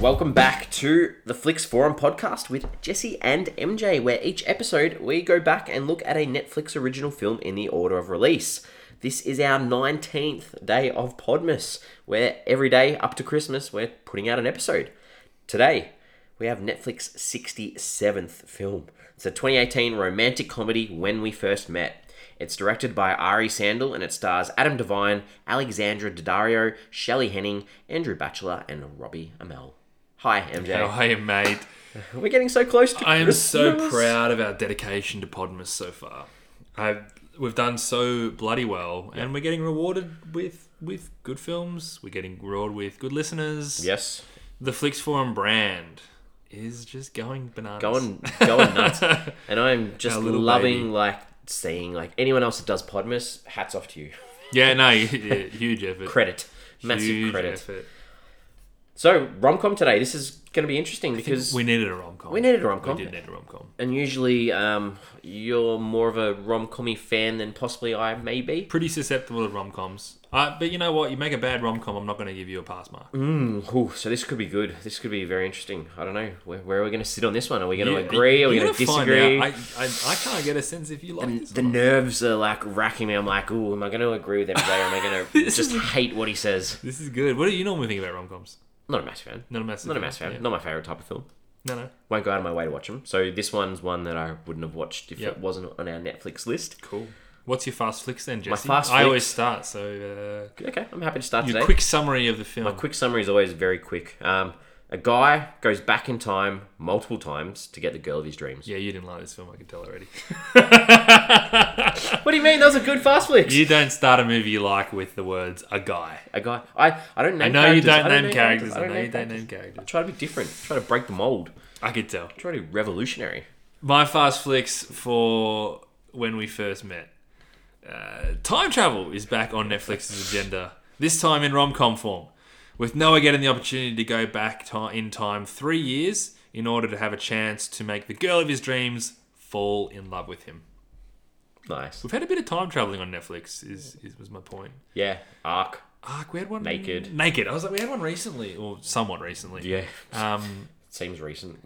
welcome back to the Flix Forum podcast with Jesse and MJ, where each episode we go back and look at a Netflix original film in the order of release. This is our 19th day of Podmas, where every day up to Christmas we're putting out an episode. Today, we have Netflix's 67th film. It's a 2018 romantic comedy, When We First Met. It's directed by Ari Sandel and it stars Adam Devine, Alexandra Daddario, Shelley Henning, Andrew Batchelor, and Robbie Amell. Hi, How MJ. are you, mate? We're getting so close to I am so Christmas. proud of our dedication to Podmas so far. I we've done so bloody well, and we're getting rewarded with with good films. We're getting rewarded with good listeners. Yes. The Flix Forum brand is just going bananas. Going, going nuts. and I'm just Our little loving, baby. like, seeing, like, anyone else that does Podmas, hats off to you. Yeah, no, yeah, huge effort. Credit. Massive huge credit. effort. So, rom com today. This is going to be interesting because. We needed a rom com. We needed a rom-com. We did need a rom com. and usually um, you're more of a rom commy fan than possibly I may be. Pretty susceptible to rom coms. Uh, but you know what? You make a bad rom com, I'm not going to give you a pass mark. Mm-hmm. Ooh, so this could be good. This could be very interesting. I don't know. Where, where are we going to sit on this one? Are we going to Yeah, agree? Are we you're going to gonna find disagree? out. I, I, I can't get a sense if you like this. the or not. nerves are like racking me. I'm like, ooh, am I going to agree with him today or am I going to This just hate what he says? This is good. What do you normally think about rom coms? Not a massive fan. Not a massive. Not a massive fan. Yeah. Not my favourite type of film. No, no. Won't go out of my way to watch them. So this one's one that I wouldn't have watched if Yep. it wasn't on our Netflix list. Cool. What's your fast flicks then, Jesse? fast I flicks- always start. So Okay, I'm happy to start uh, your today. quick summary of the film. A quick summary is always very quick. Um, a guy goes back in time multiple times to get the girl of his dreams. yeah, you didn't like this film. I can tell already. What do you mean? That was a good fast flick. you don't start a movie you like with the words "a guy." A guy. I, I don't name I know you characters. don't I name characters. I I know you don't characters. name characters. Try to be different. Try to break the mold. I could tell. Try to be revolutionary. My fast flicks for when we first met. Uh, time travel is back on Netflix's agenda, this time in rom com form, with Noah getting the opportunity to go back ti in time three years in order to have a chance to make the girl of his dreams fall in love with him. Nice. We've had a bit of time traveling on Netflix, is, is was my point. Yeah. Arc. Arc, we had one Naked. Naked. I was like, we had one recently, or somewhat recently. Yeah. Um, Seems recent.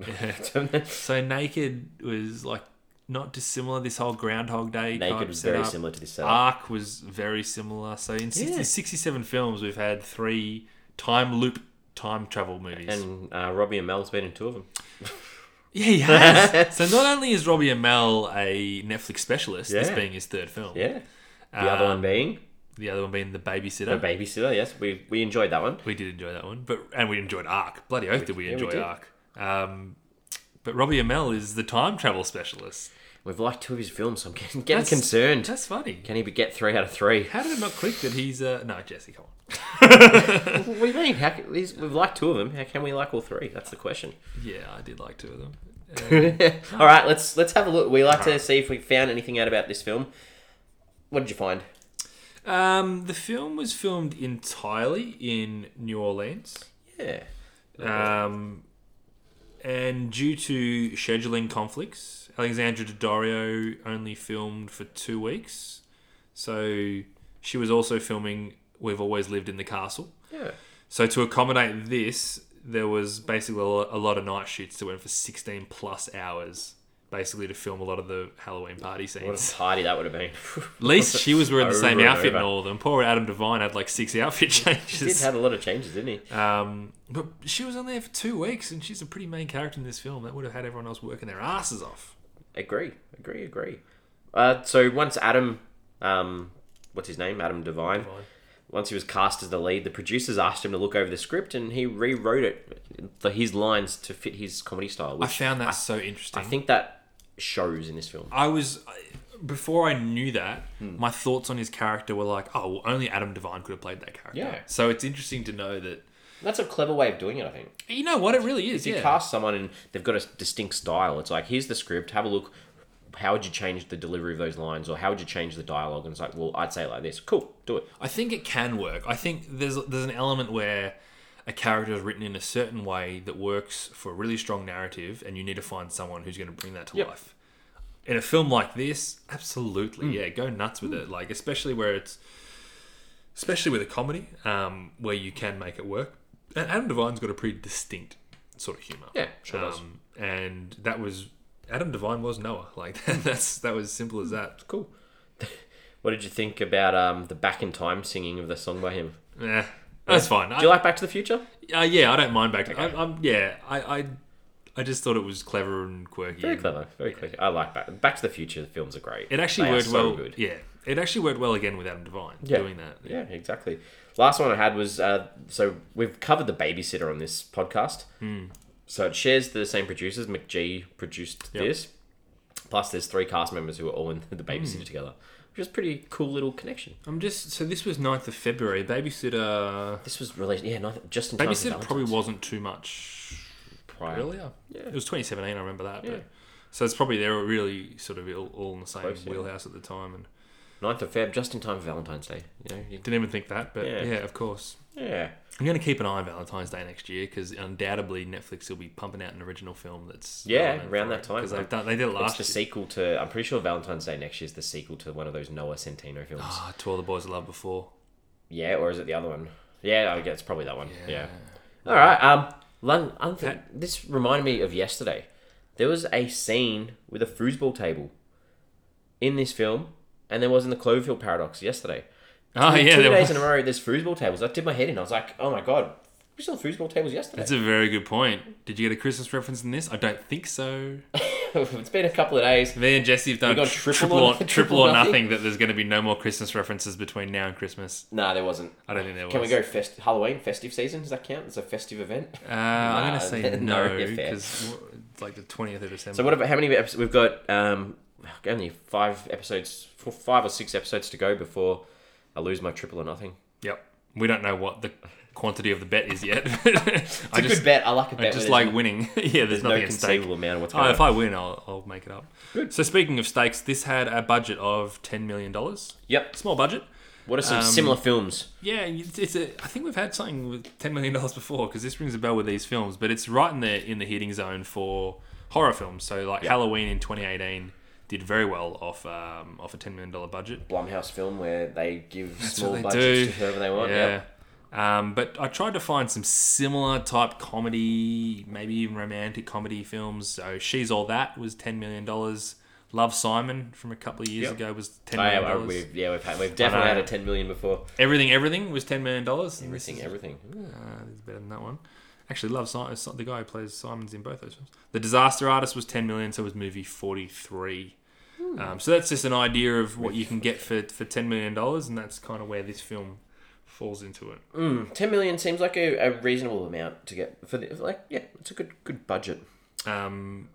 so naked was like not dissimilar. This whole Groundhog Day Naked type was very setup. similar to this setup. Arc was very similar. So in 60, Yeah. 67 films, we've had three time loop time travel movies. and uh, Robbie and Mel's been in two of them. yeah, he has. so not only is Robbie Amell a Netflix specialist, this Yeah. being his third film. Yeah. The other Um, one being The other one being The Babysitter. The Babysitter. Yes, we we enjoyed that one. we did enjoy that one, but and we enjoyed Arc. Bloody oath did we yeah, we enjoy did. Arc. Um, but Robbie Amell is the time travel specialist. We've liked two of his films, so I'm getting, getting That's- concerned. That's funny. Can he be- get three out of three? How did it not click that he's uh no Jesse? Come on. What do you mean? How, can- these, we've liked two of them. How can we like all three? That's the question. Yeah, I did like two of them. all right, let's let's have a look. We like to see if we found anything out about this film. What did you find? Um, the film was filmed entirely in New Orleans, Yeah, um, and due to scheduling conflicts, Alexandra Daddario only filmed for two weeks. So she was also filming "We've Always Lived in the Castle." yeah. So to accommodate this, there was basically a lo- a lot of night shoots that went for sixteen plus hours, basically to film a lot of the Halloween party What scenes. a party that would have been. At least she was wearing the Over same and outfit in over. all of them. Poor Adam Devine had like six outfit he did changes. have a lot of changes, didn't he? Um, but she was on there for two weeks, and she's a pretty main character in this film. That would have had everyone else working their asses off. Agree, agree, agree. Uh, so once Adam, um, what's his name? Adam Devine. Once he was cast as the lead, the producers asked him to look over the script, and he rewrote it for his lines to fit his comedy style. I Which found that so interesting. I think that shows in this film. I was I- before I knew that, my thoughts on his character were like, oh, well, only Adam Devine could have played that character. Yeah. So it's interesting to know that. That's a clever way of doing it, I think. You know what? It really is. If you yeah. cast someone and they've got a distinct style, it's like here's the script. Have a look. How would you change the delivery of those lines, or how would you change the dialogue? And it's like, well, I'd say it like this. Cool, do it. I think it can work. I think there's there's an element where a character is written in a certain way that works for a really strong narrative, and you need to find someone who's going to bring that to Yep. life. In a film like this, Hmm. absolutely, yeah, go nuts with it. Like especially where it's, especially with a comedy, um, where you can make it work. And Adam Devine's got a pretty distinct sort of humor. Um, Yeah, sure does. And that was Adam Devine was Noah. Like that's that was simple as that. Cool. what did you think about um, the back in time singing of the song by him? Eh, that's fine. I- Do you like Back to the Future? Uh, yeah, I don't mind back. I, I'm yeah. I, I I just thought it was clever and quirky. Very clever, very clever. I like Back Back to the Future. The films are great. It actually They are worked so well. Yeah, it actually worked well again with Adam Devine Yeah. doing that. Yeah, exactly. Last one I had was uh, so we've covered the babysitter on this podcast. Hmm. So it shares the same producers. McGee produced this. Plus, there's three cast members who are all in the Hmm. babysitter together, which is a pretty cool little connection. I'm just so this was 9th of February. Babysitter. This was released, yeah, not just in time. for Babysitter probably Valentine's wasn't too much prior. earlier. Yeah. It was 2017. I remember that. Yeah. But, so it's probably they were really sort of all, all in the same Close, yeah. wheelhouse at the time, and 9th of Feb, just in time for Valentine's Day. You know, you- didn't even think that. But Yeah. yeah, of course. yeah, I'm going to keep an eye on Valentine's Day next year because undoubtedly Netflix will be pumping out an original film that's Yeah, around that time. because they've done they did it last it's the year. sequel to. I'm pretty sure Valentine's Day next year is the sequel to one of those Noah Centino films. Ah, to all the boys I loved before. yeah, or is it the other one? Yeah, I guess it's probably that one. yeah. Yeah. All right. Um, Lung, I think Okay. this reminded me of yesterday. There was a scene with a foosball table in this film, and there was in the Cloverfield Paradox yesterday. Oh Two- yeah, two there days was. in a row. There's foosball tables. That did my head in. I was like, oh my god, we saw foosball tables yesterday. That's a very good point. Did you get a Christmas reference in this? I don't think so. it's been a couple of days. Me and Jesse have done got tri- triple triple, or- or, triple or nothing that there's going to be no more Christmas references between now and Christmas. Nah, there wasn't. I don't think there was. Can we go fest- Halloween festive season? Does that count? It's a festive event. Uh, I'm Nah, going to say no, no you're fair. because it's like the 20th of December. So what about how many episodes we've got? Um, only five episodes, four, five or six episodes to go before I lose my triple or nothing. Yep. We don't know what the quantity of the bet is yet. I It's a just good bet. I like a bet. I where just there's like winning. yeah, there's no nothing at stake. conceivable amount of what's Oh, going if on. I win, I'll, I'll make it up. So speaking of stakes, this had a budget of ten million dollars. Yep. Small budget. What are some Um, similar films? Yeah, it's it's a. I think we've had something with ten million dollars before because this rings a bell with these films, but it's right in the in the hitting zone for horror films. So like Halloween in 2018 did very well off um, off a ten million dollar budget. Blumhouse film where they give small what they budgets do. to whoever they want. Yeah. Yep. Um, but I tried to find some similar type comedy, maybe even romantic comedy films. So She's All That was $10 million. Love Simon from a couple of years Yep. ago was $10 Oh, yeah, million. well, we've, yeah, we've had, we've definitely I had know. a ten million before. Everything, Everything was $10 million. Everything, Everything, everything. Uh, it's better than that one. Actually, Love Simon, the guy who plays Simon's in both those films. The Disaster Artist was 10 million, so was movie 43. Hmm. Um, so that's just an idea of what you can get for, for $10 million, and that's kind of where this film falls into it. Mm, ten million seems like a, a reasonable amount to get for the, like yeah, it's a good good budget. Um,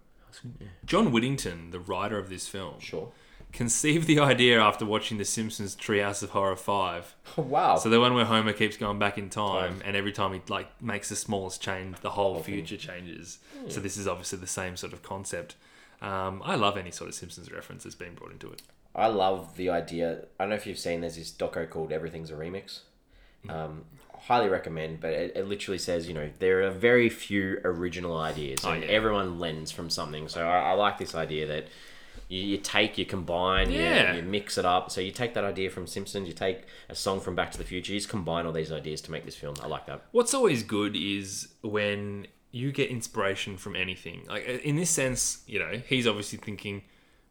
John Whittington, the writer of this film, Sure. conceived the idea after watching The Simpsons Treehouse of Horror 5. Oh, wow. So the one where Homer keeps going back in time, and every time he like makes the smallest change, the whole future changes. So this is obviously the same sort of concept. Um, I love any sort of Simpsons reference that's been brought into it. I love the idea. I don't know if you've seen. There's this doco called "Everything's a Remix." Um, highly recommend, but it, it literally says you know there are very few original ideas, and Oh, yeah. everyone lends from something. So I, I like this idea that you, you take, you combine, Yeah. you, you mix it up. So you take that idea from Simpsons, you take a song from Back to the Future, you just combine all these ideas to make this film. I like that. What's always good is when you get inspiration from anything. Like uh, in this sense, you know, he's obviously thinking,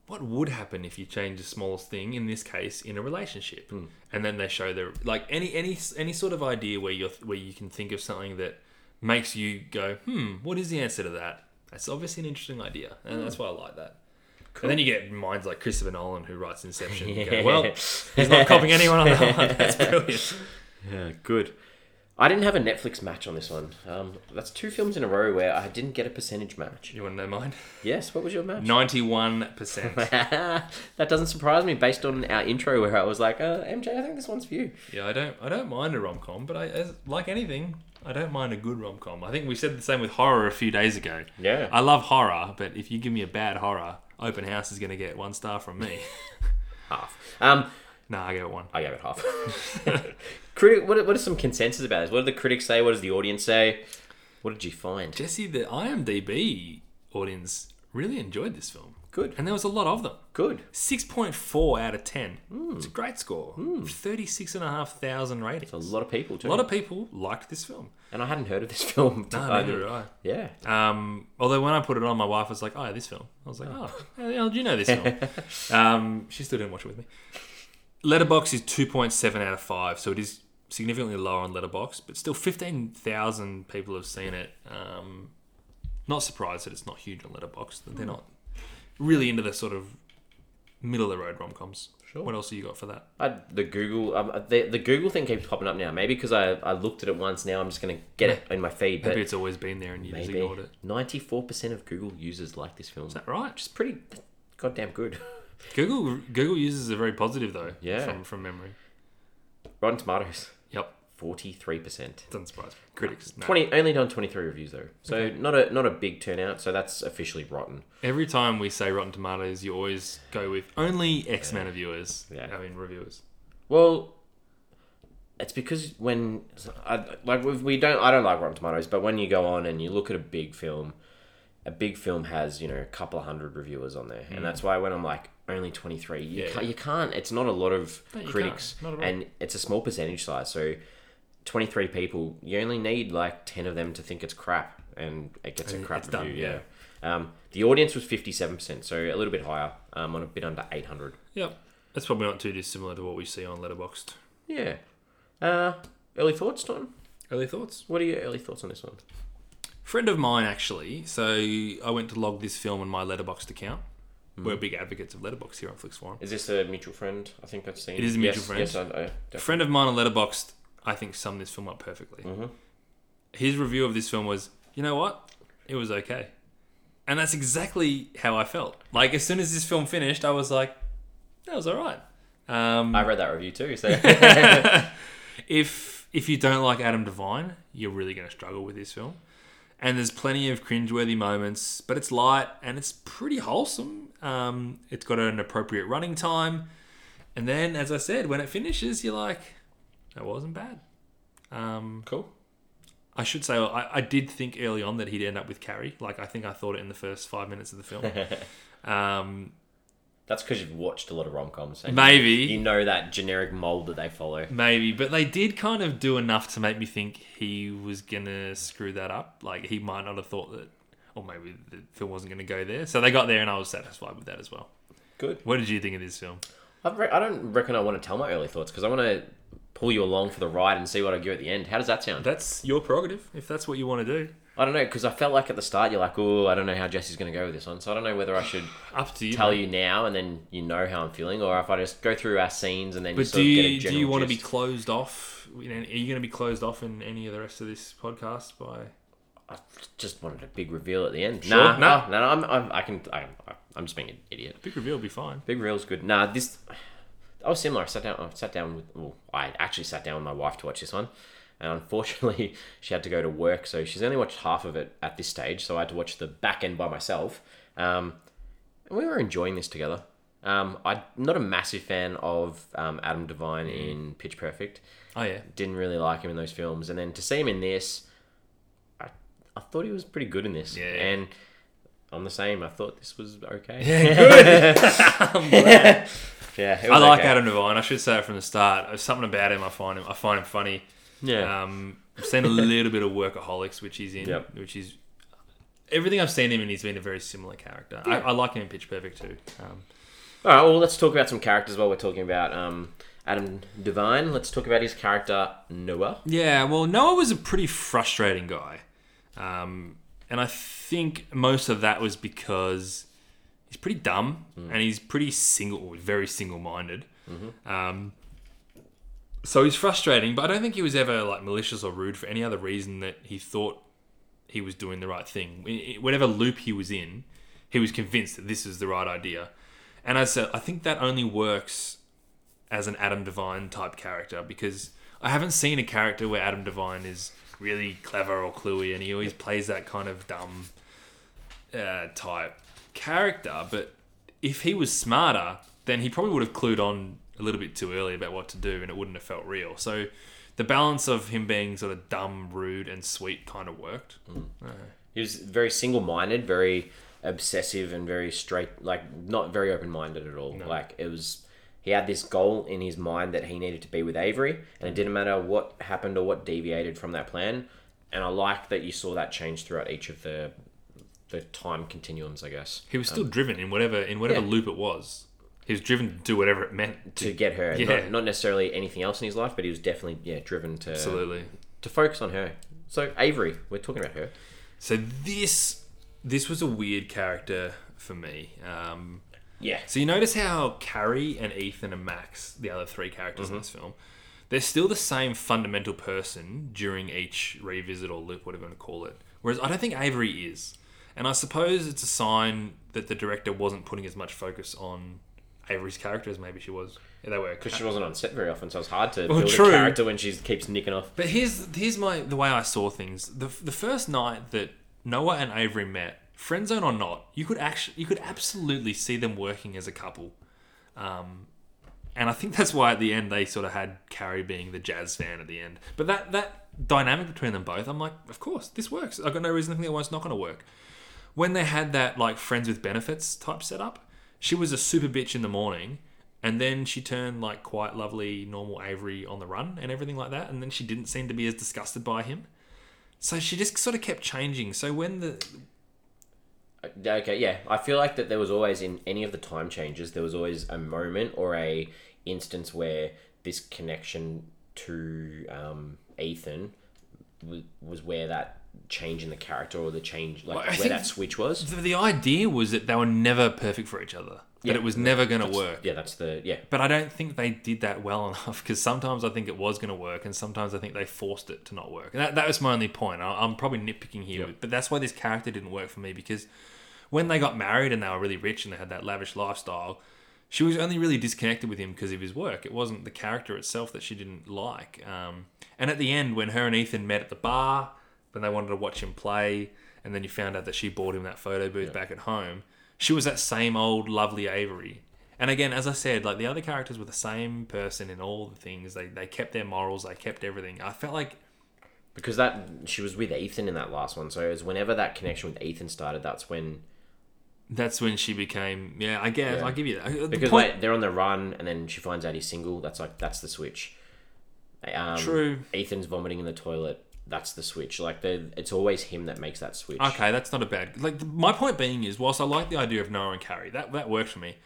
what would happen if you change the smallest thing? In this case, in a relationship, and then they show their like any any any sort of idea where you're where you can think of something that makes you go, hmm, what is the answer to that? That's obviously an interesting idea, and that's why I like that. And then you get minds like Christopher Nolan, who writes Inception. and go, well, he's not copying anyone on that one. That's brilliant. Yeah, good. I didn't have a Netflix match on this one. Um, that's two films in a row where I didn't get a percentage match. You want to know mine? Yes, what was your match? Ninety-one percent. that doesn't surprise me based on our intro where I was like, uh, MJ, I think this one's for you. Yeah, I don't I don't mind a rom com, but I as, like anything, I don't mind a good rom com. I think we said the same with horror a few days ago. Yeah. I love horror, but if you give me a bad horror, Open House is gonna get one star from me. Half. Um, nah, I get one. I gave it half. Critic, what, are, what are some consensus about this? What did the critics say? What does the audience say? What did you find? Jesse, the IMDb audience really enjoyed this film. Good. and there was a lot of them. Good. 6.4 out of 10. It's a great score. 36,500 ratings. A lot of people too. A lot of people liked this film. and I hadn't heard of this film. No, Um, neither did I. Yeah. Um, although when I put it on, my wife was like, "Oh, yeah, this film." I was like, "Oh, how the hell do you know this film?" um, she still didn't watch it with me. Letterbox is two point seven out of five, so it is significantly lower on Letterbox, but still fifteen thousand people have seen it. Um, not surprised that it's not huge on Letterbox. That they're Hmm. not really into the sort of middle of the road rom coms. Sure. What else have you got for that? I, the Google um, the, the Google thing keeps popping up now. Maybe because I, I looked at it once. Now I'm just gonna get it in my feed. Maybe But it's always been there and you just maybe ignored it. Is ninety four percent of Google users like this film. that right? It's pretty goddamn good. Google Google users are very positive though. Yeah. From from memory. Rotten Tomatoes Yep. forty three percent. Doesn't surprise me. Critics. no. Twenty only done twenty three reviews though, so not a not a big turnout. So that's officially rotten. Every time we say Rotten Tomatoes, you always go with only X amount of viewers. Yeah. I mean reviewers. Well, it's because when I, like we- we don't I don't like Rotten Tomatoes, but when you go on and you look at a big film, a big film has you know a couple of hundred reviewers on there, and that's why when I'm like only twenty three, you Hmm. Yeah. can't, you can't. It's not a lot of No, you critics, can't. Not at all. and it's a small percentage size. So twenty three people, you only need like ten of them to think it's crap, and it gets a And crap it's done, review. yeah. Um, the audience was fifty seven percent, so a little bit higher. Um, on a bit under eight hundred. Yep. That's probably not too dissimilar to what we see on Letterboxd. Yeah. Uh, early thoughts, Tom. Early thoughts? What are your early thoughts on this one? Friend of mine actually. So I went to log this film on my Letterboxd account. We're big advocates of Letterboxd here on Flix Forum. Is this a mutual friend? I think I've seen. It is a mutual yes, friend. Yes, I know. A friend of mine on Letterboxd, I think, summed this film up perfectly. His review of this film was, you know what? It was okay. And that's exactly how I felt. Like, as soon as this film finished, I was like, that was all right. Um, I read that review too. So if if you don't like Adam Devine, you're really going to struggle with this film. And there's plenty of cringeworthy moments, but it's light and it's pretty wholesome. Um, it's got an appropriate running time, and then, as I said, when it finishes, you're like, that wasn't bad. Um, cool. I should say I, I did think early on that he'd end up with Carrie. Like I think I thought it in the first five minutes of the film. um, That's because you've watched a lot of rom coms. Maybe. you know that generic mold that they follow. Maybe, but they did kind of do enough to make me think he was gonna screw that up. Like he might not have thought that, or maybe the film wasn't gonna go there. So they got there, and I was satisfied with that as well. Good. What did you think of this film? I've re- I don't reckon I want to tell my early thoughts because I want to pull you along for the ride and see what I do at the end. How does that sound? That's your prerogative. If that's what you want to do, I don't know because I felt like at the start you're like, oh, I don't know how Jesse's going to go with this one, so I don't know whether I should up to you. tell mate. you now and then you know how I'm feeling, or if I just go through our scenes and then you But sort do of get a you do general you want to be gist. closed off? You know, Are you going to be closed off in any of the rest of this podcast by? I just wanted a big reveal at the end. Sure. Nah, nah, Nah. nah, nah, I'm, I'm, I can, I'm, I'm just being an idiot. Big reveal would be fine. Big reveal's good. Nah, this, I was similar. I sat down, I sat down with, well, I actually sat down with my wife to watch this one, and unfortunately, she had to go to work, so she's only watched half of it at this stage. So I had to watch the back end by myself. Um, and we were enjoying this together. Um, I'm not a massive fan of um, Adam Devine in Pitch Perfect Oh yeah, didn't really like him in those films, and then to see him in this, I I thought he was pretty good in this. Yeah. And I'm the same. I thought this was okay. yeah, it I was like okay. Adam Devine. I should say it from the start. There's something about him. I find him. I find him funny. Yeah, Um, I've seen a little bit of Workaholics, which he's in, Yep. which is everything I've seen him in. He's been a very similar character. I, Yeah. I like him in Pitch Perfect too. Um, All right, well, let's talk about some characters while we're talking about um, Adam Devine. Let's talk about his character Noah. yeah, well, Noah was a pretty frustrating guy, um, and I think most of that was because he's pretty dumb and he's pretty single, very single-minded. Um, so he's frustrating, but I don't think he was ever like malicious or rude for any other reason that he thought he was doing the right thing. I- I- Whatever loop he was in, he was convinced that this is the right idea. And I said, I think that only works as an Adam Devine type character because I haven't seen a character where Adam Devine is really clever or cluey, and he always plays that kind of dumb uh, type character. But if he was smarter, then he probably would have clued on a little bit too early about what to do, and it wouldn't have felt real. So. The balance of him being sort of dumb, rude, and sweet kind of worked. He was very single-minded, very obsessive and very straight, like not very open minded at all. Like it was, he had this goal in his mind that he needed to be with Avery, and it didn't matter what happened or what deviated from that plan. And I like that you saw that change throughout each of the the time continuums, I guess, He was still driven in whatever in whatever yeah. loop it was. He was driven to do whatever it meant to. to get her. Yeah. Not, not necessarily anything else in his life, but he was definitely yeah driven to Absolutely. to focus on her. So Avery, we're talking about her. So this this was a weird character for me. Um, Yeah. so you notice how Carrie and Ethan and Max, the other three characters in this film, they're still the same fundamental person during each revisit or loop, whatever you want to call it. Whereas I don't think Avery is, and I suppose it's a sign that the director wasn't putting as much focus on Avery's character as maybe she was. Yeah, they were Because she wasn't on set very often, so it's hard to build true. a character when she keeps nicking off. But here's here's my the way I saw things. The the first night that Noah and Avery met, friend zone or not, you could actually you could absolutely see them working as a couple. Um, and I think that's why at the end they sort of had Carrie being the jazz fan at the end. But that that dynamic between them both, I'm like, of course, this works. I've got no reason to think it was not going to work. When they had that like friends with benefits type setup, she was a super bitch in the morning, and then she turned like quite lovely, normal Avery on the run and everything like that. And then she didn't seem to be as disgusted by him. So she just sort of kept changing. So when the Okay, yeah. I feel like that there was always in any of the time changes, there was always a moment or a instance where this connection to um, Ethan w- was where that change in the character or the change, like Well, I where think- that switch was. the, the idea was that they were never perfect for each other, Yeah. that it was never going to work. Yeah, that's the yeah. But I don't think they did that well enough because sometimes I think it was going to work and sometimes I think they forced it to not work. And that, that was my only point. I, I'm probably nitpicking here, but that's why this character didn't work for me because when they got married and they were really rich and they had that lavish lifestyle, she was only really disconnected with him because of his work. It wasn't the character itself that she didn't like. Um, and at the end, when her and Ethan met at the bar, then they wanted to watch him play, and then you found out that she bought him that photo booth back at home. She was that same old lovely Avery. And again, as I said, like the other characters were the same person in all the things. They they kept their morals, they kept everything. I felt like because that she was with Ethan in that last one, so it was whenever that connection with Ethan started. That's when that's when she became. Yeah, I guess Yeah. I'll give you that. Uh, The because point- like, they're on the run, and then she finds out he's single. That's like that's the switch. Um, True. Ethan's vomiting in the toilet. That's the switch. Like the, it's always him that makes that switch. Okay, that's not a bad. Like th- my point being is, whilst I like the idea of Noah and Carrie, that that worked for me.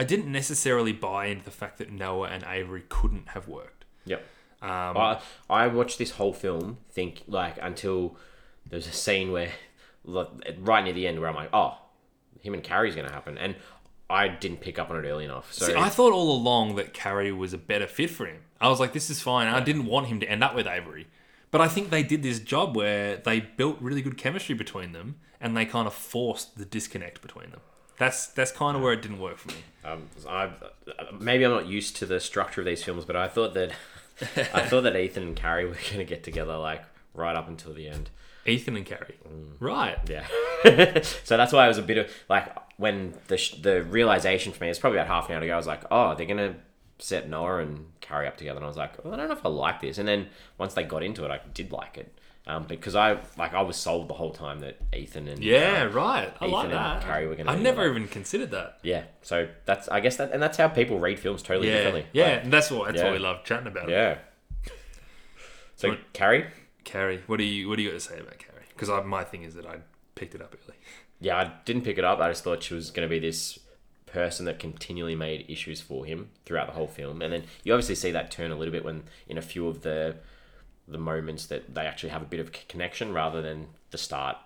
I didn't necessarily buy into the fact that Noah and Avery couldn't have worked. Yep. Um, I I watched this whole film think like until there's a scene where like, right near the end where I'm like, oh, him and Carrie's gonna happen, and I didn't pick up on it early enough. So See, I thought all along that Carrie was a better fit for him. I was like, this is fine. I didn't want him to end up with Avery. But I think they did this job where they built really good chemistry between them and they kind of forced the disconnect between them. That's that's kind of where it didn't work for me. Um, I, maybe I'm not used to the structure of these films, but I thought that I thought that Ethan and Carrie were going to get together like right up until the end. Ethan and Carrie. Mm. Right. Yeah. so that's why I was a bit of like when the sh- the realization for me it's probably about half an hour ago. I was like, oh, they're going to set Noah and Carrie up together, and I was like, well, I don't know if I like this. And then once they got into it, I did like it um, because I like I was sold the whole time that Ethan and Yeah, right. I Ethan like and that. Carrie were gonna I be never like- even considered that. yeah. So that's I guess that and that's how people read films totally Yeah, differently. yeah, and that's what that's yeah. what we love chatting about. Yeah. So Right. Carrie? Carrie, what do you what do you got to say about Carrie? Because my thing is that I picked it up early. Yeah, I didn't pick it up. I just thought she was going to be this person that continually made issues for him throughout the whole film, and then you obviously see that turn a little bit when in a few of the the moments that they actually have a bit of c- connection rather than the start.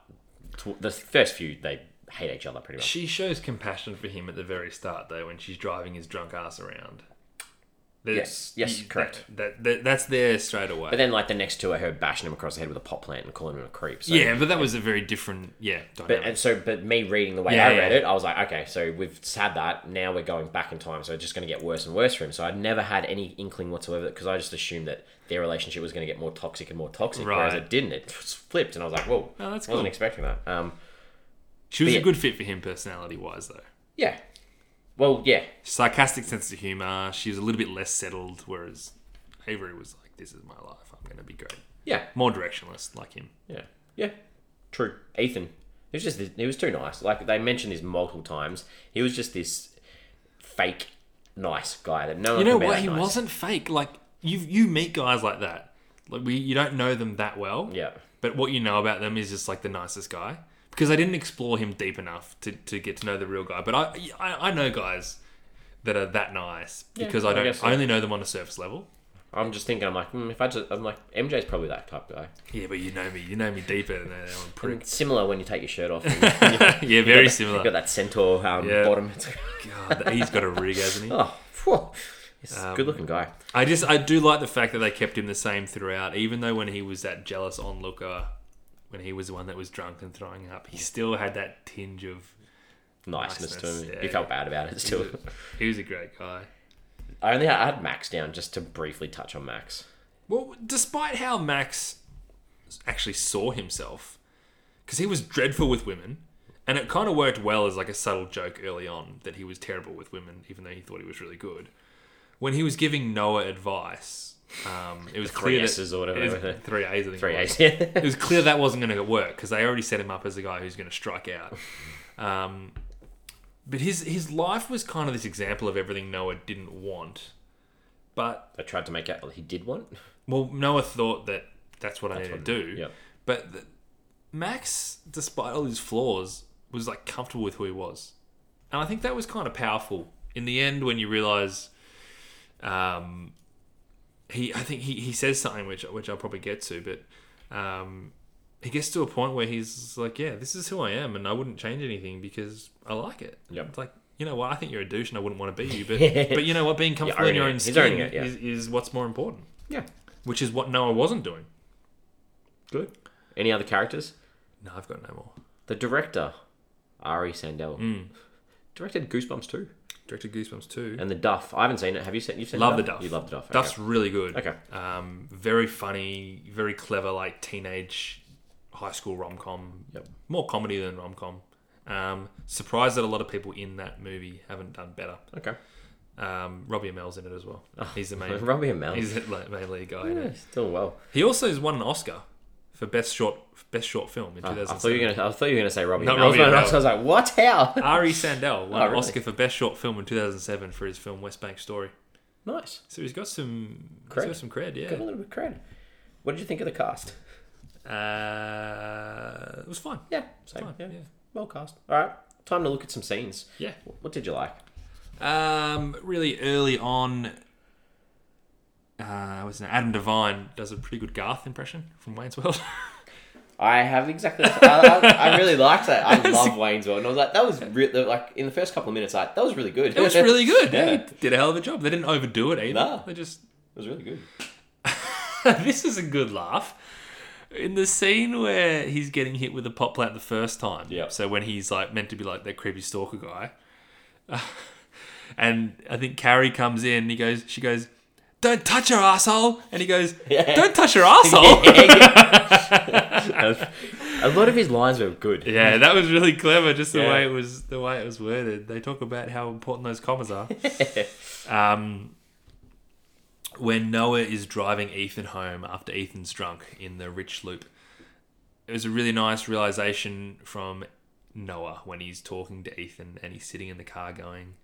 Tw- The first few they hate each other pretty much. She shows compassion for him at the very start, though, when she's driving his drunk ass around. There's- Yes, yes, that- correct. That, that that's there straight away. But then, like the next two are her bashing him across the head with a pot plant and calling him a creep. So yeah, but that was a very different yeah dynamic. But and so, but me reading the way Yeah, I read yeah. it, I was like, okay, so we've had that. Now we're going back in time, so it's just going to get worse and worse for him. So I never had any inkling whatsoever because I just assumed that their relationship was going to get more toxic and more toxic. Whereas Right. it didn't. It flipped, and I was like, whoa, Oh, that's wasn't cool. expecting that. Um, she was but a yeah. good fit for him personality wise, though. yeah. Well, yeah, Sarcastic sense of humor. She was a little bit less settled, whereas Avery was like, "This is my life. I'm going to be great." yeah, More directionless, like him. yeah, yeah. True. Ethan, It was just he was too nice. Like they mentioned this multiple times. He was just this fake nice guy that no one You know could be what? that He nice. wasn't fake. Like you, you meet guys like that. Like we, you don't know them that well. Yeah. But what you know about them is just like the nicest guy. Because I didn't explore him deep enough to, to get to know the real guy. But I, I, I know guys that are that nice because I I don't. I, guess so. only know them on a surface level. I'm just thinking. I'm like, mm, if I just, I'm like, MJ's probably that type of guy. Yeah, but you know me. You know me deeper than that. I'm prick. It's similar when you take your shirt off. yeah, very You've got similar. that centaur um, Yeah. bottom. It's, God, he's got a rig, hasn't he? oh, phew. He's Um, a good looking guy. I just I do like the fact that they kept him the same throughout, even though when he was that jealous onlooker, when he was the one that was drunk and throwing up, he still had that tinge of Niceness to niceness, him. yeah. You felt bad about it still. he was a great guy. I only had, I had Max down just to briefly touch on Max. Well, despite how Max actually saw himself, because he was dreadful with women, and it kind of worked well as like a subtle joke early on that he was terrible with women, even though he thought he was really good. When he was giving Noah advice, um, it was Three clear that- S's or whatever it was- they were. three A's, I think. Three it was. A's. Yeah. it was clear that wasn't going to work because they already set him up as a guy who's going to strike out. Um, but his his life was kind of this example of everything Noah didn't want. But I tried to make out what he did want. well, Noah thought that that's what I need to do. Yep. But th Max, despite all his flaws, was like comfortable with who he was, and I think that was kind of powerful in the end when you realize. Um, he, I think he, he says something which which I'll probably get to, but um, he gets to a point where he's like, yeah, this is who I am, and I wouldn't change anything because I like it. Yep. It's like you know what, I think you're a douche, and I wouldn't want to be you, but but you know what, being comfortable in owning your it. own He's skin owning it, yeah. is, is what's more important, Yeah. which is what Noah wasn't doing. Good. Any other characters? No, I've got no more. The director, Ari Sandel, Hmm. directed Goosebumps too, Directed Goosebumps 2. and The Duff. I haven't seen it. Have you seen? You've seen? love the Duff. You love The Duff. Duff's really good. Okay. Um, very funny, very clever, like teenage high school rom com. Yep. More comedy than rom com. Um, surprised that a lot of people in that movie haven't done better. Okay. okay. Um, Robbie Amell's in it as well. He's the main. Oh, Robbie Amell. He's the like, main lead guy. in Yeah, it. he's doing well. He also has won an Oscar for best short best short film in Ah, I thought 2007. you were gonna. I thought you were gonna say Robbie. Not Amell. I was Robbie gonna- Amell. I was like, what? How? Ari Sandel won Oh, an really? Oscar for best short film in 2007 for his film West Bank Story. nice. So he's got some Cred. He's got some cred, yeah. Got a little bit of credit. What did you think of the cast? Uh, it was fun. Yeah, same. Fine, yeah. yeah. well cast. All right, time to look at some scenes. Yeah. What did you like? Um, really early on, uh, was it Adam Devine does a pretty good Garth impression from Wayne's World. I have exactly. I, I, I really liked that. I love Wayne's World, and I was like, that was really like in the first couple of minutes. Like that was really good. it was really good. Yeah. He did a hell of a job. They didn't overdo it either. No. They just It was really good. this is a good laugh. In the scene where he's getting hit with a pop plant the first time. Yeah. So when he's like meant to be like that creepy stalker guy. and I think Carrie comes in and he goes, she goes, Don't touch her asshole and he goes, Yeah. Don't touch her asshole. a lot of his lines were good. Yeah, that was really clever. Just the Yeah. way it was, the way it was worded. They talk about how important those commas are. um, when Noah is driving Ethan home after Ethan's drunk in the rich loop, it was a really nice realization from Noah when he's talking to Ethan and he's sitting in the car going,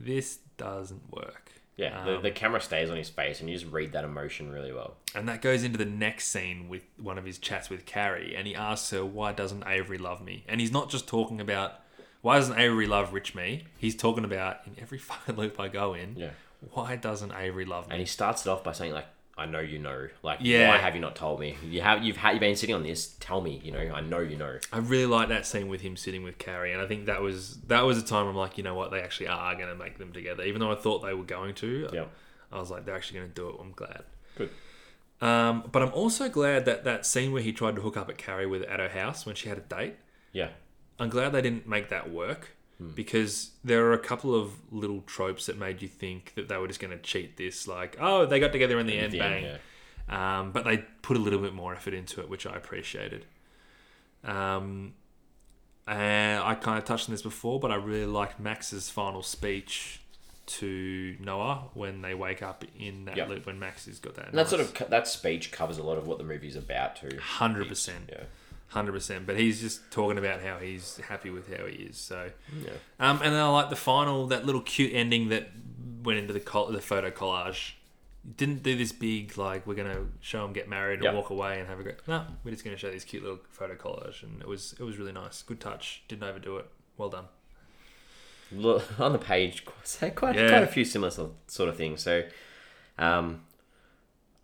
"This doesn't work." Yeah, Um, the, the camera stays on his face, and you just read that emotion really well. And that goes into the next scene with one of his chats with Carrie, and he asks her, Why doesn't Avery love me? And he's not just talking about, Why doesn't Avery love Rich Me? He's talking about, in every fucking loop I go in, Yeah, why doesn't Avery love me? and he starts it off by saying like, "I know you know. Like, Yeah. why have you not told me? You have. You've had. You've been sitting on this. Tell me. You know. I know you know. I really like that scene with him sitting with Carrie, and I think that was that was a time I'm like, you know what, they actually are going to make them together, even though I thought they were going to. Yeah. I was like, they're actually going to do it. I'm glad. Good. Um, but I'm also glad that that scene where he tried to hook up at Carrie with at her house when she had a date. Yeah. I'm glad they didn't make that work Hmm. because there are a couple of little tropes that made you think that they were just going to cheat this, like, oh, they got together in the end, the end, bang. Um, but they put a little bit more effort into it, which I appreciated. Um, and I kind of touched on this before, but I really liked Max's final speech to Noah when they wake up in that Yep. loop when Max has got that. And that sort of co- that speech covers a lot of what the movie's about too. hundred percent. Yeah. hundred percent. But he's just talking about how he's happy with how he is. So, Yeah. um, and then I like the final that little cute ending that went into the col- the photo collage. Didn't do this big like we're gonna show them get married and Yep. walk away and have a great. No, we're just gonna show this cute little photo collage, and it was it was really nice. Good touch. Didn't overdo it. Well done. Look, on the page, quite quite, Yeah. quite a few similar so- sort of things. So, um,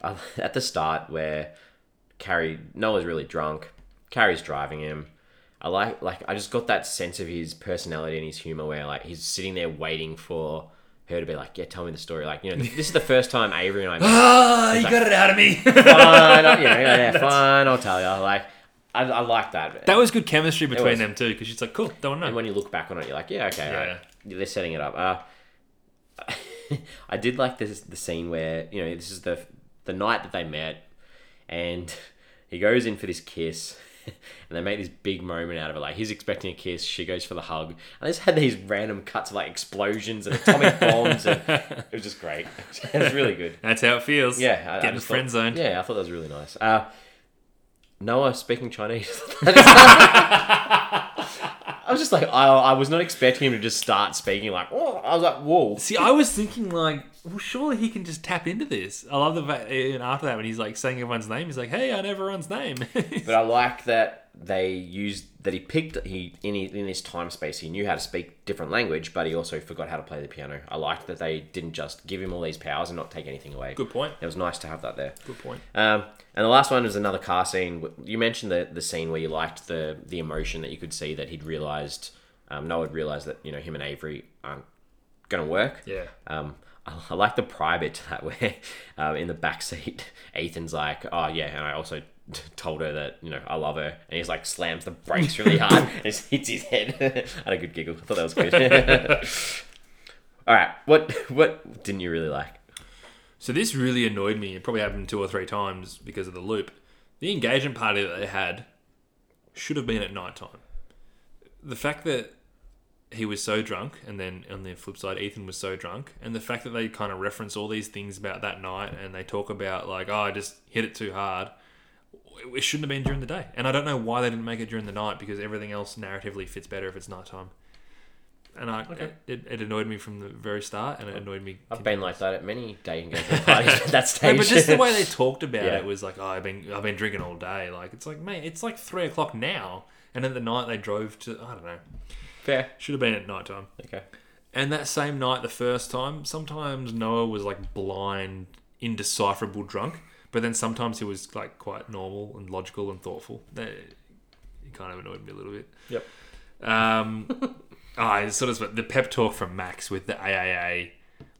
I- at the start where Carrie Noah's really drunk, Carrie's driving him. I like like I just got that sense of his personality and his humor where like he's sitting there waiting for her to be like, yeah, tell me the story. Like you know, this is the first time Avery and I met Ah, you got it out of me. fine, I'll- you know, yeah, yeah, fine, I'll tell you. Like, I, I like that. that was good chemistry between was. them too, because she's like, cool, don't know. and when you look back on it, you're like, yeah, okay, Yeah. right. they're setting it up. Uh, I did like this the scene where you know this is the the night that they met, and he goes in for this kiss. And they make this big moment out of it. Like he's expecting a kiss, she goes for the hug, and they just had these random cuts of like explosions and atomic bombs, and it was just great. it was really good. That's how it feels. Yeah, I- I, getting just friend thought, zoned. Yeah, I thought that was really nice. Uh, Noah speaking Chinese. I was just like, I, I was not expecting him to just start speaking like, oh, I was like, whoa. See, I was thinking like, well, surely he can just tap into this. I love the fact, and after that when he's like saying everyone's name, he's like, hey, I know everyone's name. But I like that they used that he picked he in his, in his time space he knew how to speak different language, but he also forgot how to play the piano. I liked that they didn't just give him all these powers and not take anything away. Good point. It was nice to have that there. Good point. Um, and the last one was another car scene. You mentioned the the scene where you liked the the emotion that you could see that he'd realized um, Noah had realized that you know him and Avery aren't gonna work. Yeah. Um, I, I like the prior bit to that where um, in the back seat, Ethan's like, "Oh yeah," and I also t- told her that you know I love her, and he's like slams the brakes really hard and just hits his head. I had a good giggle. I thought that was good. All right, what what didn't you really like? So this really annoyed me. It probably happened two or three times because of the loop. The engagement party that they had should have been at night time. The fact that he was so drunk, and then on the flip side, Ethan was so drunk, and the fact that they kind of reference all these things about that night, and they talk about like, oh, I just hit it too hard. It- It shouldn't have been during the day, and I don't know why they didn't make it during the night because everything else narratively fits better if it's nighttime. And I, it, it annoyed me from the very start, and it annoyed me. I've been like that at many day engagement parties at that No, stage. but just the way they talked about Yeah. it was like, oh, I've been I've been drinking all day. Like it's like, mate, it's like three o'clock now. And then the night they drove to, I don't know, Fair. should have been at night time. Okay. And that same night, the first time, sometimes Noah was like blind, indecipherable drunk, but then sometimes he was like quite normal and logical and thoughtful. That it kind of annoyed me a little bit. Yep. Um, ah, it's sort of the pep talk from Max with the AAA,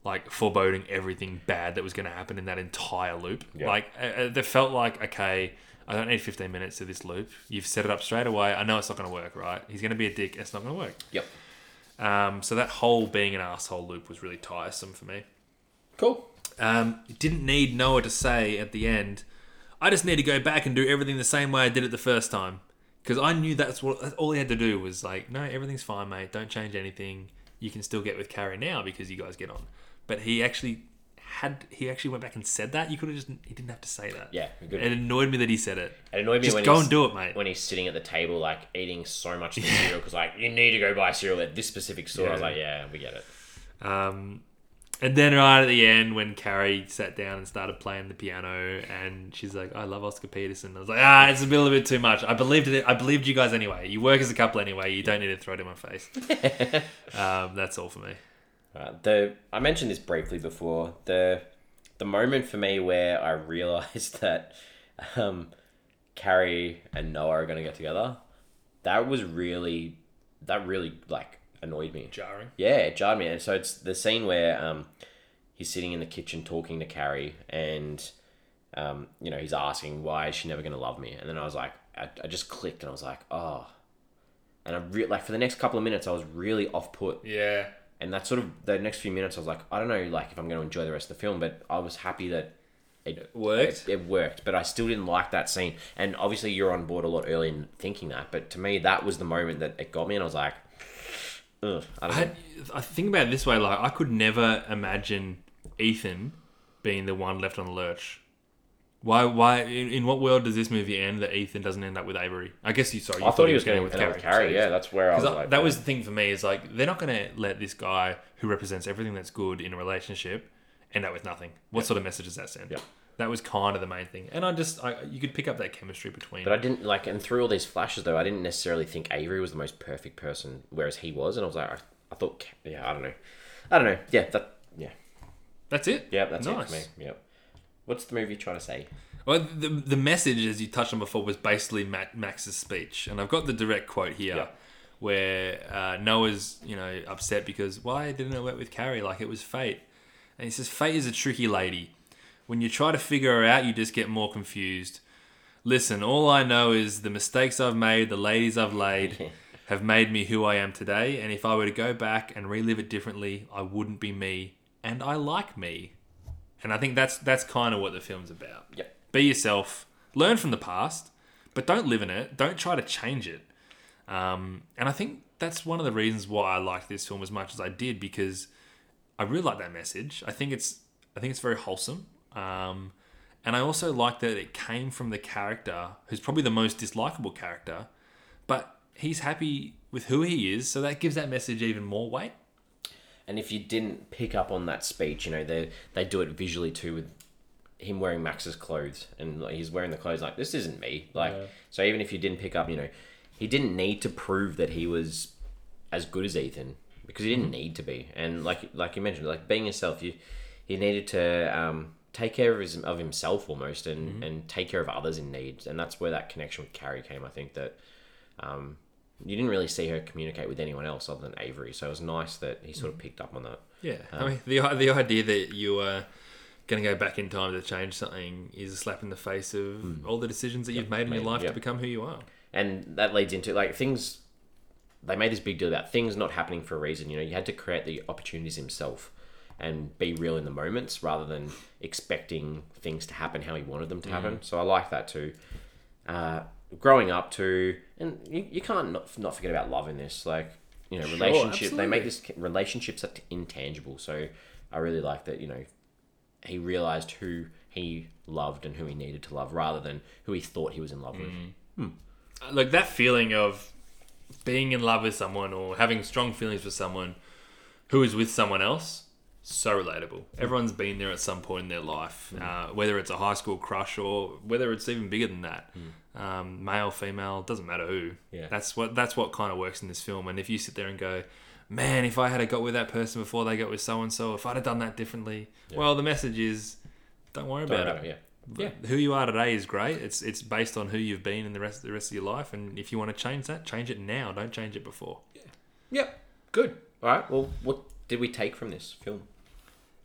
like foreboding everything bad that was going to happen in that entire loop. Like, uh, uh, they felt like, okay, I don't need 15 minutes of this loop. You've set it up straight away. I know it's not going to work, right? He's going to be a dick. It's not going to work. Yep. Um, so that whole being an asshole loop was really tiresome for me. Cool. Um, it didn't need Noah to say at the end, "I just need to go back and do everything the same way I did it the first time," because I knew that's what that's all he had to do was like, "No, everything's fine, mate. Don't change anything. You can still get with Carrie now because you guys get on." But he actually had he actually went back and said that. You could have just he didn't have to say that. Yeah, good. It annoyed me that he said it. It annoyed me Just when go he's, and do it, mate. when he's sitting at the table like eating so much of the cereal because like you need to go buy cereal at this specific store. I was Yeah. like, yeah, we get it. Um, and then right at the end, when Carrie sat down and started playing the piano, and she's like, "I love Oscar Peterson," I was like, "Ah, it's a little bit too much." I believed it. I believed you guys anyway. You work as a couple anyway. You don't need to throw it in my face. um, that's all for me. Uh, the I mentioned this briefly before the the moment for me where I realized that um, Carrie and Noah are gonna get together. That was really that really like annoyed me. Jarring. Yeah, it jarred me. And so it's the scene where um, he's sitting in the kitchen talking to Carrie, and um, you know he's asking why is she never going to love me, and then I was like, I, I just clicked, and I was like, oh, and I re- like for the next couple of minutes, I was really off put, Yeah. and that sort of the next few minutes, I was like, I don't know, like if I'm going to enjoy the rest of the film, but I was happy that it Worked. it, it worked, but I still didn't like that scene. And obviously, you're on board a lot early in thinking that, but to me, that was the moment that it got me, and I was like, ugh, I I, don't know. had, I think about it this way: like, I could never imagine Ethan being the one left on the lurch Why? Why? In, in what world does this movie end that Ethan doesn't end up with Avery? I guess you. Sorry, you I thought he was going to end up with Carrie. so- Yeah, that's where I was because like, that was the thing for me is like they're not going to let this guy who represents everything that's good in a relationship end up with nothing. What sort of message does that send? Yeah. That was kind of the main thing, and I just I, you could pick up that chemistry between. But I didn't like, and through all these flashes though, I didn't necessarily think Avery was the most perfect person, whereas he was, and I was like, I, I thought, yeah, I don't know, I don't know, yeah, that, yeah, that's it. yeah, that's it for me. Yep. What's the movie trying to say? Well, the, the message, as you touched on before, was basically Matt, Max's speech, and I've got the direct quote here, Yeah. where uh, Noah's you know upset because why didn't it work with Carrie? Like it was fate, and he says fate is a tricky lady. When you try to figure her out, you just get more confused. Listen, all I know is the mistakes I've made, the ladies I've laid, have made me who I am today. And if I were to go back and relive it differently, I wouldn't be me, and I like me. And I think that's that's kind of what the film's about. Yep. Be yourself. Learn from the past, but don't live in it. Don't try to change it. Um, and I think that's one of the reasons why I liked this film as much as I did because I really like that message. I think it's I think it's very wholesome. Um, and I also like that it came from the character who's probably the most dislikable character, but he's happy with who he is, so that gives that message even more weight. And if you didn't pick up on that speech, you know, they they do it visually too with him wearing Max's clothes and like, he's wearing the clothes like this isn't me. Like so even if you didn't pick up, you know, he didn't need to prove that he was as good as Ethan because he didn't need to be. And like like you mentioned, like being yourself, you he needed to um, take care of his, of himself almost and and take care of others in need. And that's where that connection with Carrie came, I think that um, you didn't really see her communicate with anyone else other than Avery, so it was nice that he sort of picked up on that. Yeah, I mean the the idea that you are going to go back in time to change something is a slap in the face of all the decisions that you've made in your made, life yeah. to become who you are. And that leads into like things. They made this big deal about things not happening for a reason. You know, you had to create the opportunities himself and be real in the moments rather than expecting things to happen how he wanted them to happen. So I like that too. Uh, growing up too, and you, you can't not, not forget about love in this. Like you know, relationship. they absolutely. make this relationships are intangible. So I really like that. You know, he realized who he loved and who he needed to love rather than who he thought he was in love with. like that feeling of being in love with someone or having strong feelings for someone who is with someone else so relatable everyone's been there at some point in their life uh, whether it's a high school crush or whether it's even bigger than that um, male female doesn't matter who Yeah. that's what that's what kind of works in this film and if you sit there and go man if i had a got with that person before they got with so and so if i'd have done that differently well the message is don't worry about it Right, yeah. yeah. who you are today is great. It's it's based on who you've been in the rest the rest of your life, and if you want to change that, change it now. Don't change it before. Yep. Good. All right. Well, what did we take from this film?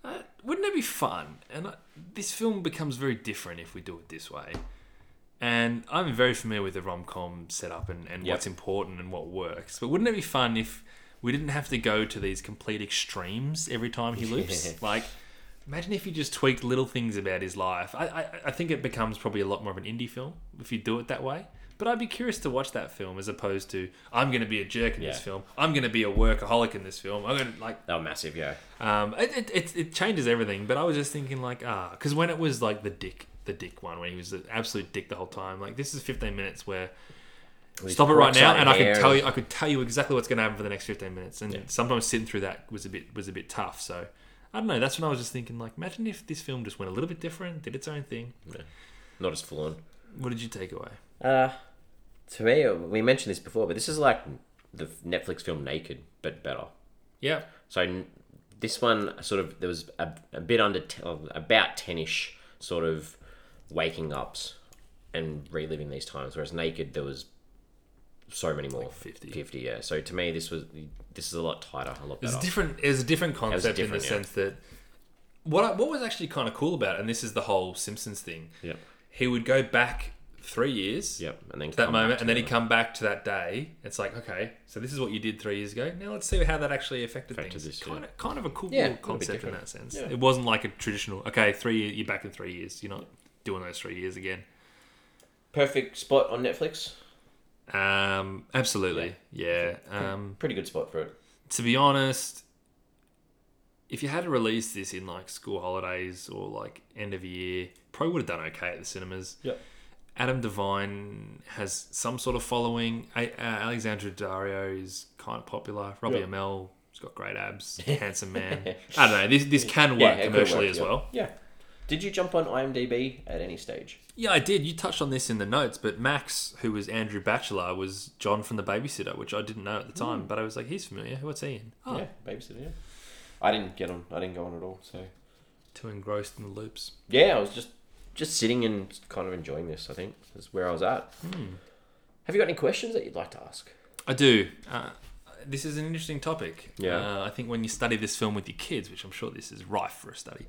Uh, wouldn't it be fun? And I, this film becomes very different if we do it this way. And I'm very familiar with the rom com setup and, and Yep. what's important and what works. But wouldn't it be fun if we didn't have to go to these complete extremes every time he loops? like, imagine if you just tweaked little things about his life. I, I, I think it becomes probably a lot more of an indie film if you do it that way. But I'd be curious to watch that film as opposed to I'm going to be a jerk in this Yeah. film. I'm going to be a workaholic in this film. I'm going to like They were massive, yeah. um, it, it, it, it changes everything, but I was just thinking like ah, because when it was like the dick, the dick one, when he was an absolute dick the whole time, like this is fifteen minutes where With stop it right crotch now, out and I hair could tell you, I could tell you exactly what's going to happen for the next fifteen minutes, and Yeah. sometimes sitting through that was a bit was a bit tough. So I don't know. That's when I was just thinking like, imagine if this film just went a little bit different, did its own thing. Not as full on. What did you take away? Uh, to me, we mentioned this before, but this is like the Netflix film Naked, but better. Yeah, So n- this one sort of there was a, a bit under t- oh, about tenish sort of waking ups and reliving these times, whereas Naked there was so many more 50. 50 yeah so to me this was this is a lot tighter a lot It's better different. It's a different was concept in different, the yeah. sense that what I, what was actually kind of cool about, it, and this is the whole Simpsons thing. Yep. He would go back three years. yep and then to that come back moment, to and then the- he come back to that day. It's like, okay, so this is what you did three years ago. Now let's see how that actually affected, Affected this, things. kind of, kind of a cool Yeah, little a little bit concept in different. that sense. It wasn't like a traditional. Okay, three year, you're back in three years. You're not doing those three years again. perfect spot on Netflix. Um, absolutely, yeah. Um, Pretty good spot for it. to be honest, if you had to release this in like school holidays or like end of year, probably would have done okay at the cinemas. Yep. Adam Devine has some sort of following. A- uh, Alexandra Dario is kind of popular. Robbie Yep. Amell has got great abs, handsome man. I don't know. This this can work it could commercially work, as yeah. well. Yeah. Did you jump on IMDb at any stage? Yeah, I did. You touched on this in the notes, but Max, who was Andrew Batchelor, was John from The Babysitter, which I didn't know at the time. Hmm. But I was like, he's familiar. What's he in? Oh, Yeah. Babysitter. Yeah. I didn't get on. I didn't go on at all. So too engrossed in the loops. yeah, I was just just sitting and kind of enjoying this. I think is where I was at. Hmm. Have you got any questions that you'd like to ask? I do. Uh, this is an interesting topic. Yeah. Uh, I think when you study this film with your kids, which I'm sure this is rife for a study,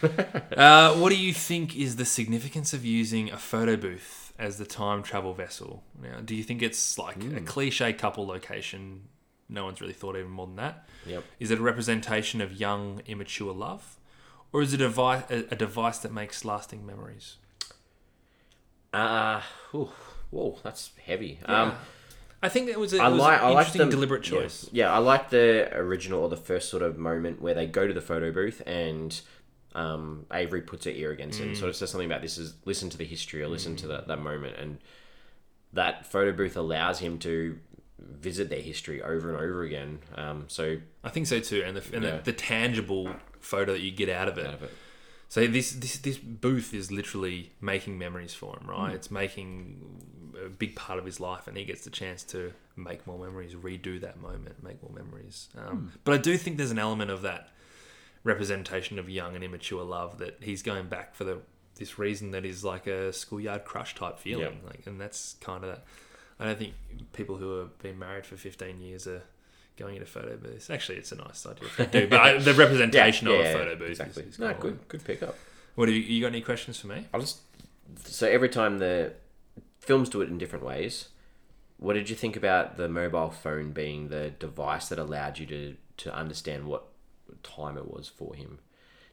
uh, what do you think is the significance of using a photo booth as the time travel vessel? Now, do you think it's like Hmm. a cliche couple location? No one's really thought even more than that. Yep. Is it a representation of young, immature love? Or is it a, vi- a, a device that makes lasting memories? Uh, whew, whoa, that's heavy. Um, I think it was, a, I it was like. an I like interesting, the deliberate yeah. choice. Yeah, I like the original or the first sort of moment where they go to the photo booth and um, Avery puts her ear against Mm. it and sort of says something about this is listen to the history or listen to that, that moment and that photo booth allows him to visit their history over and over again. Um, so I think so too, and the and Yeah. the, the tangible photo that you get out of it. out of it. So this this this booth is literally making memories for him, Mm. right? It's making a big part of his life, and he gets the chance to make more memories, redo that moment, make more memories. Hmm. Um, But I do think there's an element of that representation of young and immature love that he's going back for the this reason that is like a schoolyard crush type feeling, Yeah. like, and that's kind of that. I don't think people who have been married for 15 years are going into photo booths. Actually, it's a nice idea if they do, but I, the representation of a photo booth Exactly. is, is no, kinda good, good pickup. what have you, you got any questions for me? I'll just so every time the films do it in different ways. What did you think about the mobile phone being the device that allowed you to to understand what time it was for him?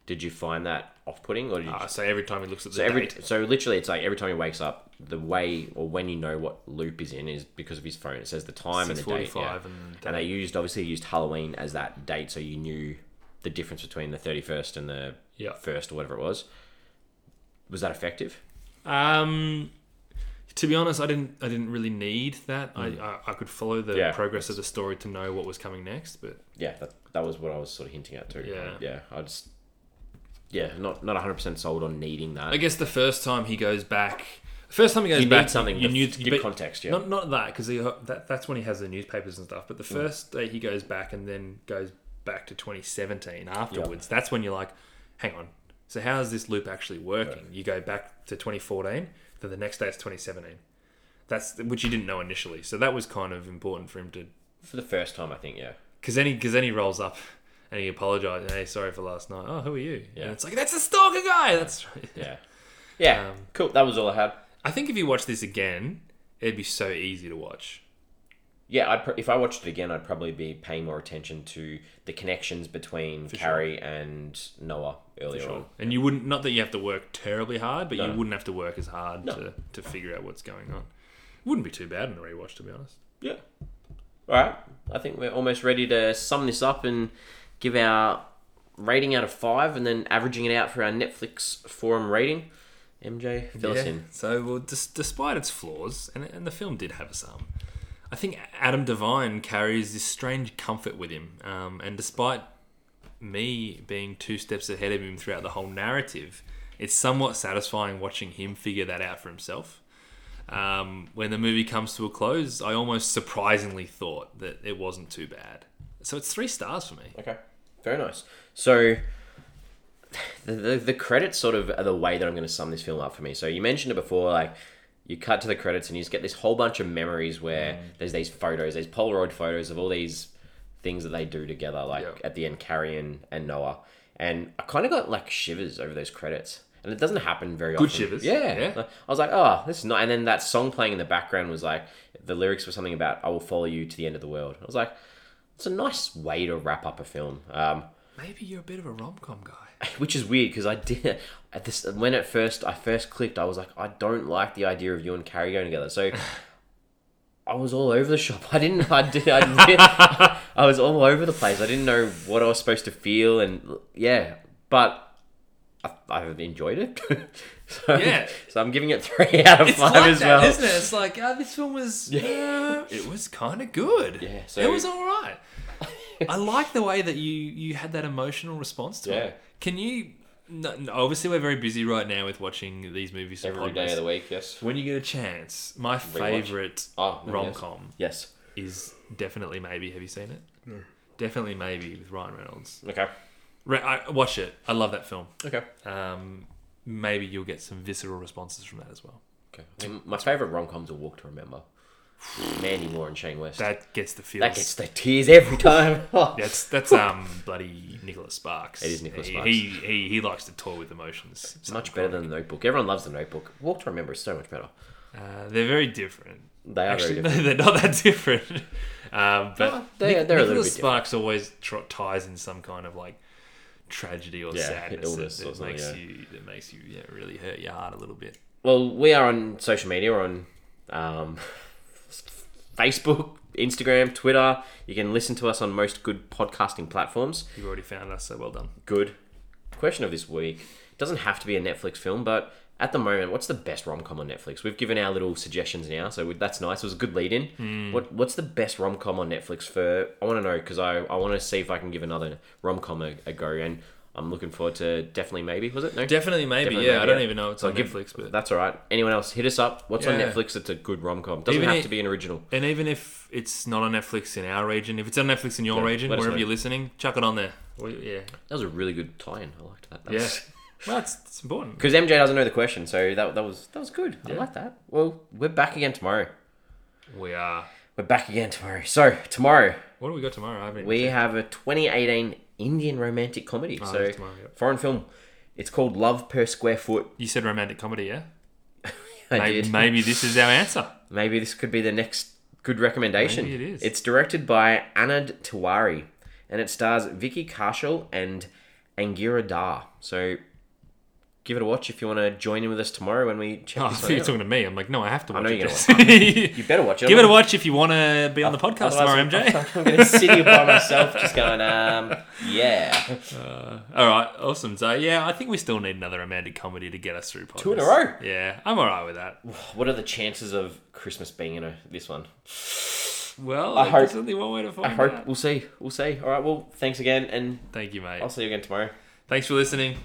Did you find that off putting, or did you Ah, so every time he looks at the so every date. so literally it's like every time he wakes up, the way or when you know what loop is in is because of his phone. It says the time and the date. Yeah. 6:45 and the and they used obviously used Halloween as that date, so you knew the difference between the thirty first and the Yeah. first or whatever it was. Was that effective? Um, to be honest, I didn't. I didn't really need that. I, I I could follow the Hmm. Yeah. progress of the story to know what was coming next. But yeah, that, that was what I was sort of hinting at too. Yeah. yeah. I just yeah, not not hundred percent sold on needing that. I guess the first time he goes back, the first time he goes you back, need something You to knew f- give but context. Yeah, Not not that because that that's when he has the newspapers and stuff. But the Mm. first day he goes back and then goes back to 2017 afterwards. That's when you're like, hang on. So how is this loop actually working? You go back to 2014, then the next day it's 2017. That's which you didn't know initially. So that was kind of important for him to for the first time, I think. Yeah, because then he because then he rolls up and he apologizes. Hey, sorry for last night. Oh, who are you? Yeah. And it's like that's the stalker guy. That's right. yeah, yeah. Um, cool. That was all I had. I think if you watch this again, it'd be so easy to watch. Yeah, I'd pr- if I watched it again, I'd probably be paying more attention to the connections between Carrie and Noah earlier on. And you wouldn't, not that you have to work terribly hard, but No. you wouldn't have to work as hard No. to, to figure out what's going on. Wouldn't be too bad in a rewatch, to be honest. Yeah. All right. I think we're almost ready to sum this up and give our rating out of five and then averaging it out for our Netflix forum rating. MJ, fill us in. So, well, dis- despite its flaws, and, and the film did have some, I think Adam Devine carries this strange comfort with him. Um, and despite me being two steps ahead of him throughout the whole narrative, it's somewhat satisfying watching him figure that out for himself. Um, when the movie comes to a close, I almost surprisingly thought that it wasn't too bad. So it's three stars for me. Okay. Very nice. So the, the, the credits sort of are the way that I'm going to sum this film up for me. So you mentioned it before, like you cut to the credits and you just get this whole bunch of memories where there's these photos, these Polaroid photos of all these things that they do together, like Yep. at the end, Carrie and, and Noah. And I kind of got like shivers over those credits. And it doesn't happen very often. shivers. Yeah. Yeah. I was like, oh, this is not. And then that song playing in the background was like, the lyrics were something about, I will follow you to the end of the world. I was like, it's a nice way to wrap up a film. Um, Maybe you're a bit of a rom com guy. which is weird because I did at this when it first I first clicked, I was like, I don't like the idea of you and Carrie going together. So I was all over the shop. I didn't. I did. I, did, I was all over the place. I didn't know what I was supposed to feel, and yeah, but I, I enjoyed it. so, Yeah. So I'm giving it three out of It's five like as that, well. not it? It's like uh, this film was. uh, it was kind of good. Yeah, so- it was all right. I like the way that you you had that emotional response to Yeah. it. Can you? No, no, obviously, we're very busy right now with watching these movies. for Every day reviews. of the week. Yes. When you get a chance, my favorite Oh, yes. rom com Yes. is definitely maybe. Have you seen it? No. Definitely maybe with Ryan Reynolds. Okay. Re- I, watch it. I love that film. Okay. Um, maybe you'll get some visceral responses from that as well. Okay. I mean, my favorite rom coms are Walk to Remember. Mandy Moore and Shane West. That, That gets the feels. gets the tears every time. That's that's um bloody Nicholas Sparks. It is Nicholas he, Sparks. He, he he likes to toy with emotions. It's much better than the Notebook. Everyone loves the Notebook. Walk to Remember is so much better. Uh, they're very different. They are Actually, very no, different. they're not that different. Um, but No, they- Nic- they're a little Nicholas bit different. Sparks always tr- ties in some kind of like tragedy or Yeah, sadness that, illness or that something, makes yeah. you that makes you yeah, really hurt your heart a little bit. Well, we are on social media. We're on um, Facebook, Instagram, Twitter. You can listen to us on most good podcasting platforms. You've already found us, so well done. Good question of this week. Doesn't have to be a Netflix film, but at the moment, what's the best rom com on Netflix? We've given our little suggestions now, so that's nice. It was a good lead in. Hmm. What What's the best rom com on Netflix for? I want to know because I, I want to see if I can give another rom com a, a go, and I'm looking forward to definitely maybe was it no Definitely, maybe. Definitely yeah, Maybe, I don't yeah. even know it's So on give- Netflix, but That's all right. Anyone else, hit us up. What's on Yeah. Netflix? That's a good rom com. Doesn't Even have it- to be an original. and even if it's not on Netflix in our region, if it's on Netflix in your region, let us wherever know. you're listening, chuck it on there. We, yeah, That was a really good tie-in. I liked that. yeah. well, it's, it's important. Because MJ doesn't know the question, so that, that was that was good. I like that. Well, we're back again tomorrow. We are. We're back again tomorrow. So tomorrow What do we got tomorrow? I haven't. we have a 2018 Indian romantic comedy. Oh, so that's tomorrow, yep. foreign film. It's called Love Per Square Foot. You said romantic comedy, yeah? I Maybe, did. maybe this is our answer. Maybe this could be the next good recommendation. Maybe it is. It's directed by Anand Tiwari and it stars Vicky Kaushal and Angira Dar. So give it a watch if you want to join in with us tomorrow when we check Oh, I this thought one you were out. talking to me. I'm like, no, I have to watch know it. you're gonna Jess. You better watch it. Give it a watch if you want to be on the podcast tomorrow, Otherwise, MJ. I'm going to sit here by myself just going, um, yeah. all right, awesome. So yeah, I think we still need another romantic comedy to get us through. Podcasts. Two in a row. Yeah, I'm all right with that. What are the chances of Christmas being in a, this one? Well, I hope- there's only one way to find I hope out. we'll see. We'll see. All right. Well, thanks again, and Thank you, mate. I'll see you again tomorrow. Thanks for listening.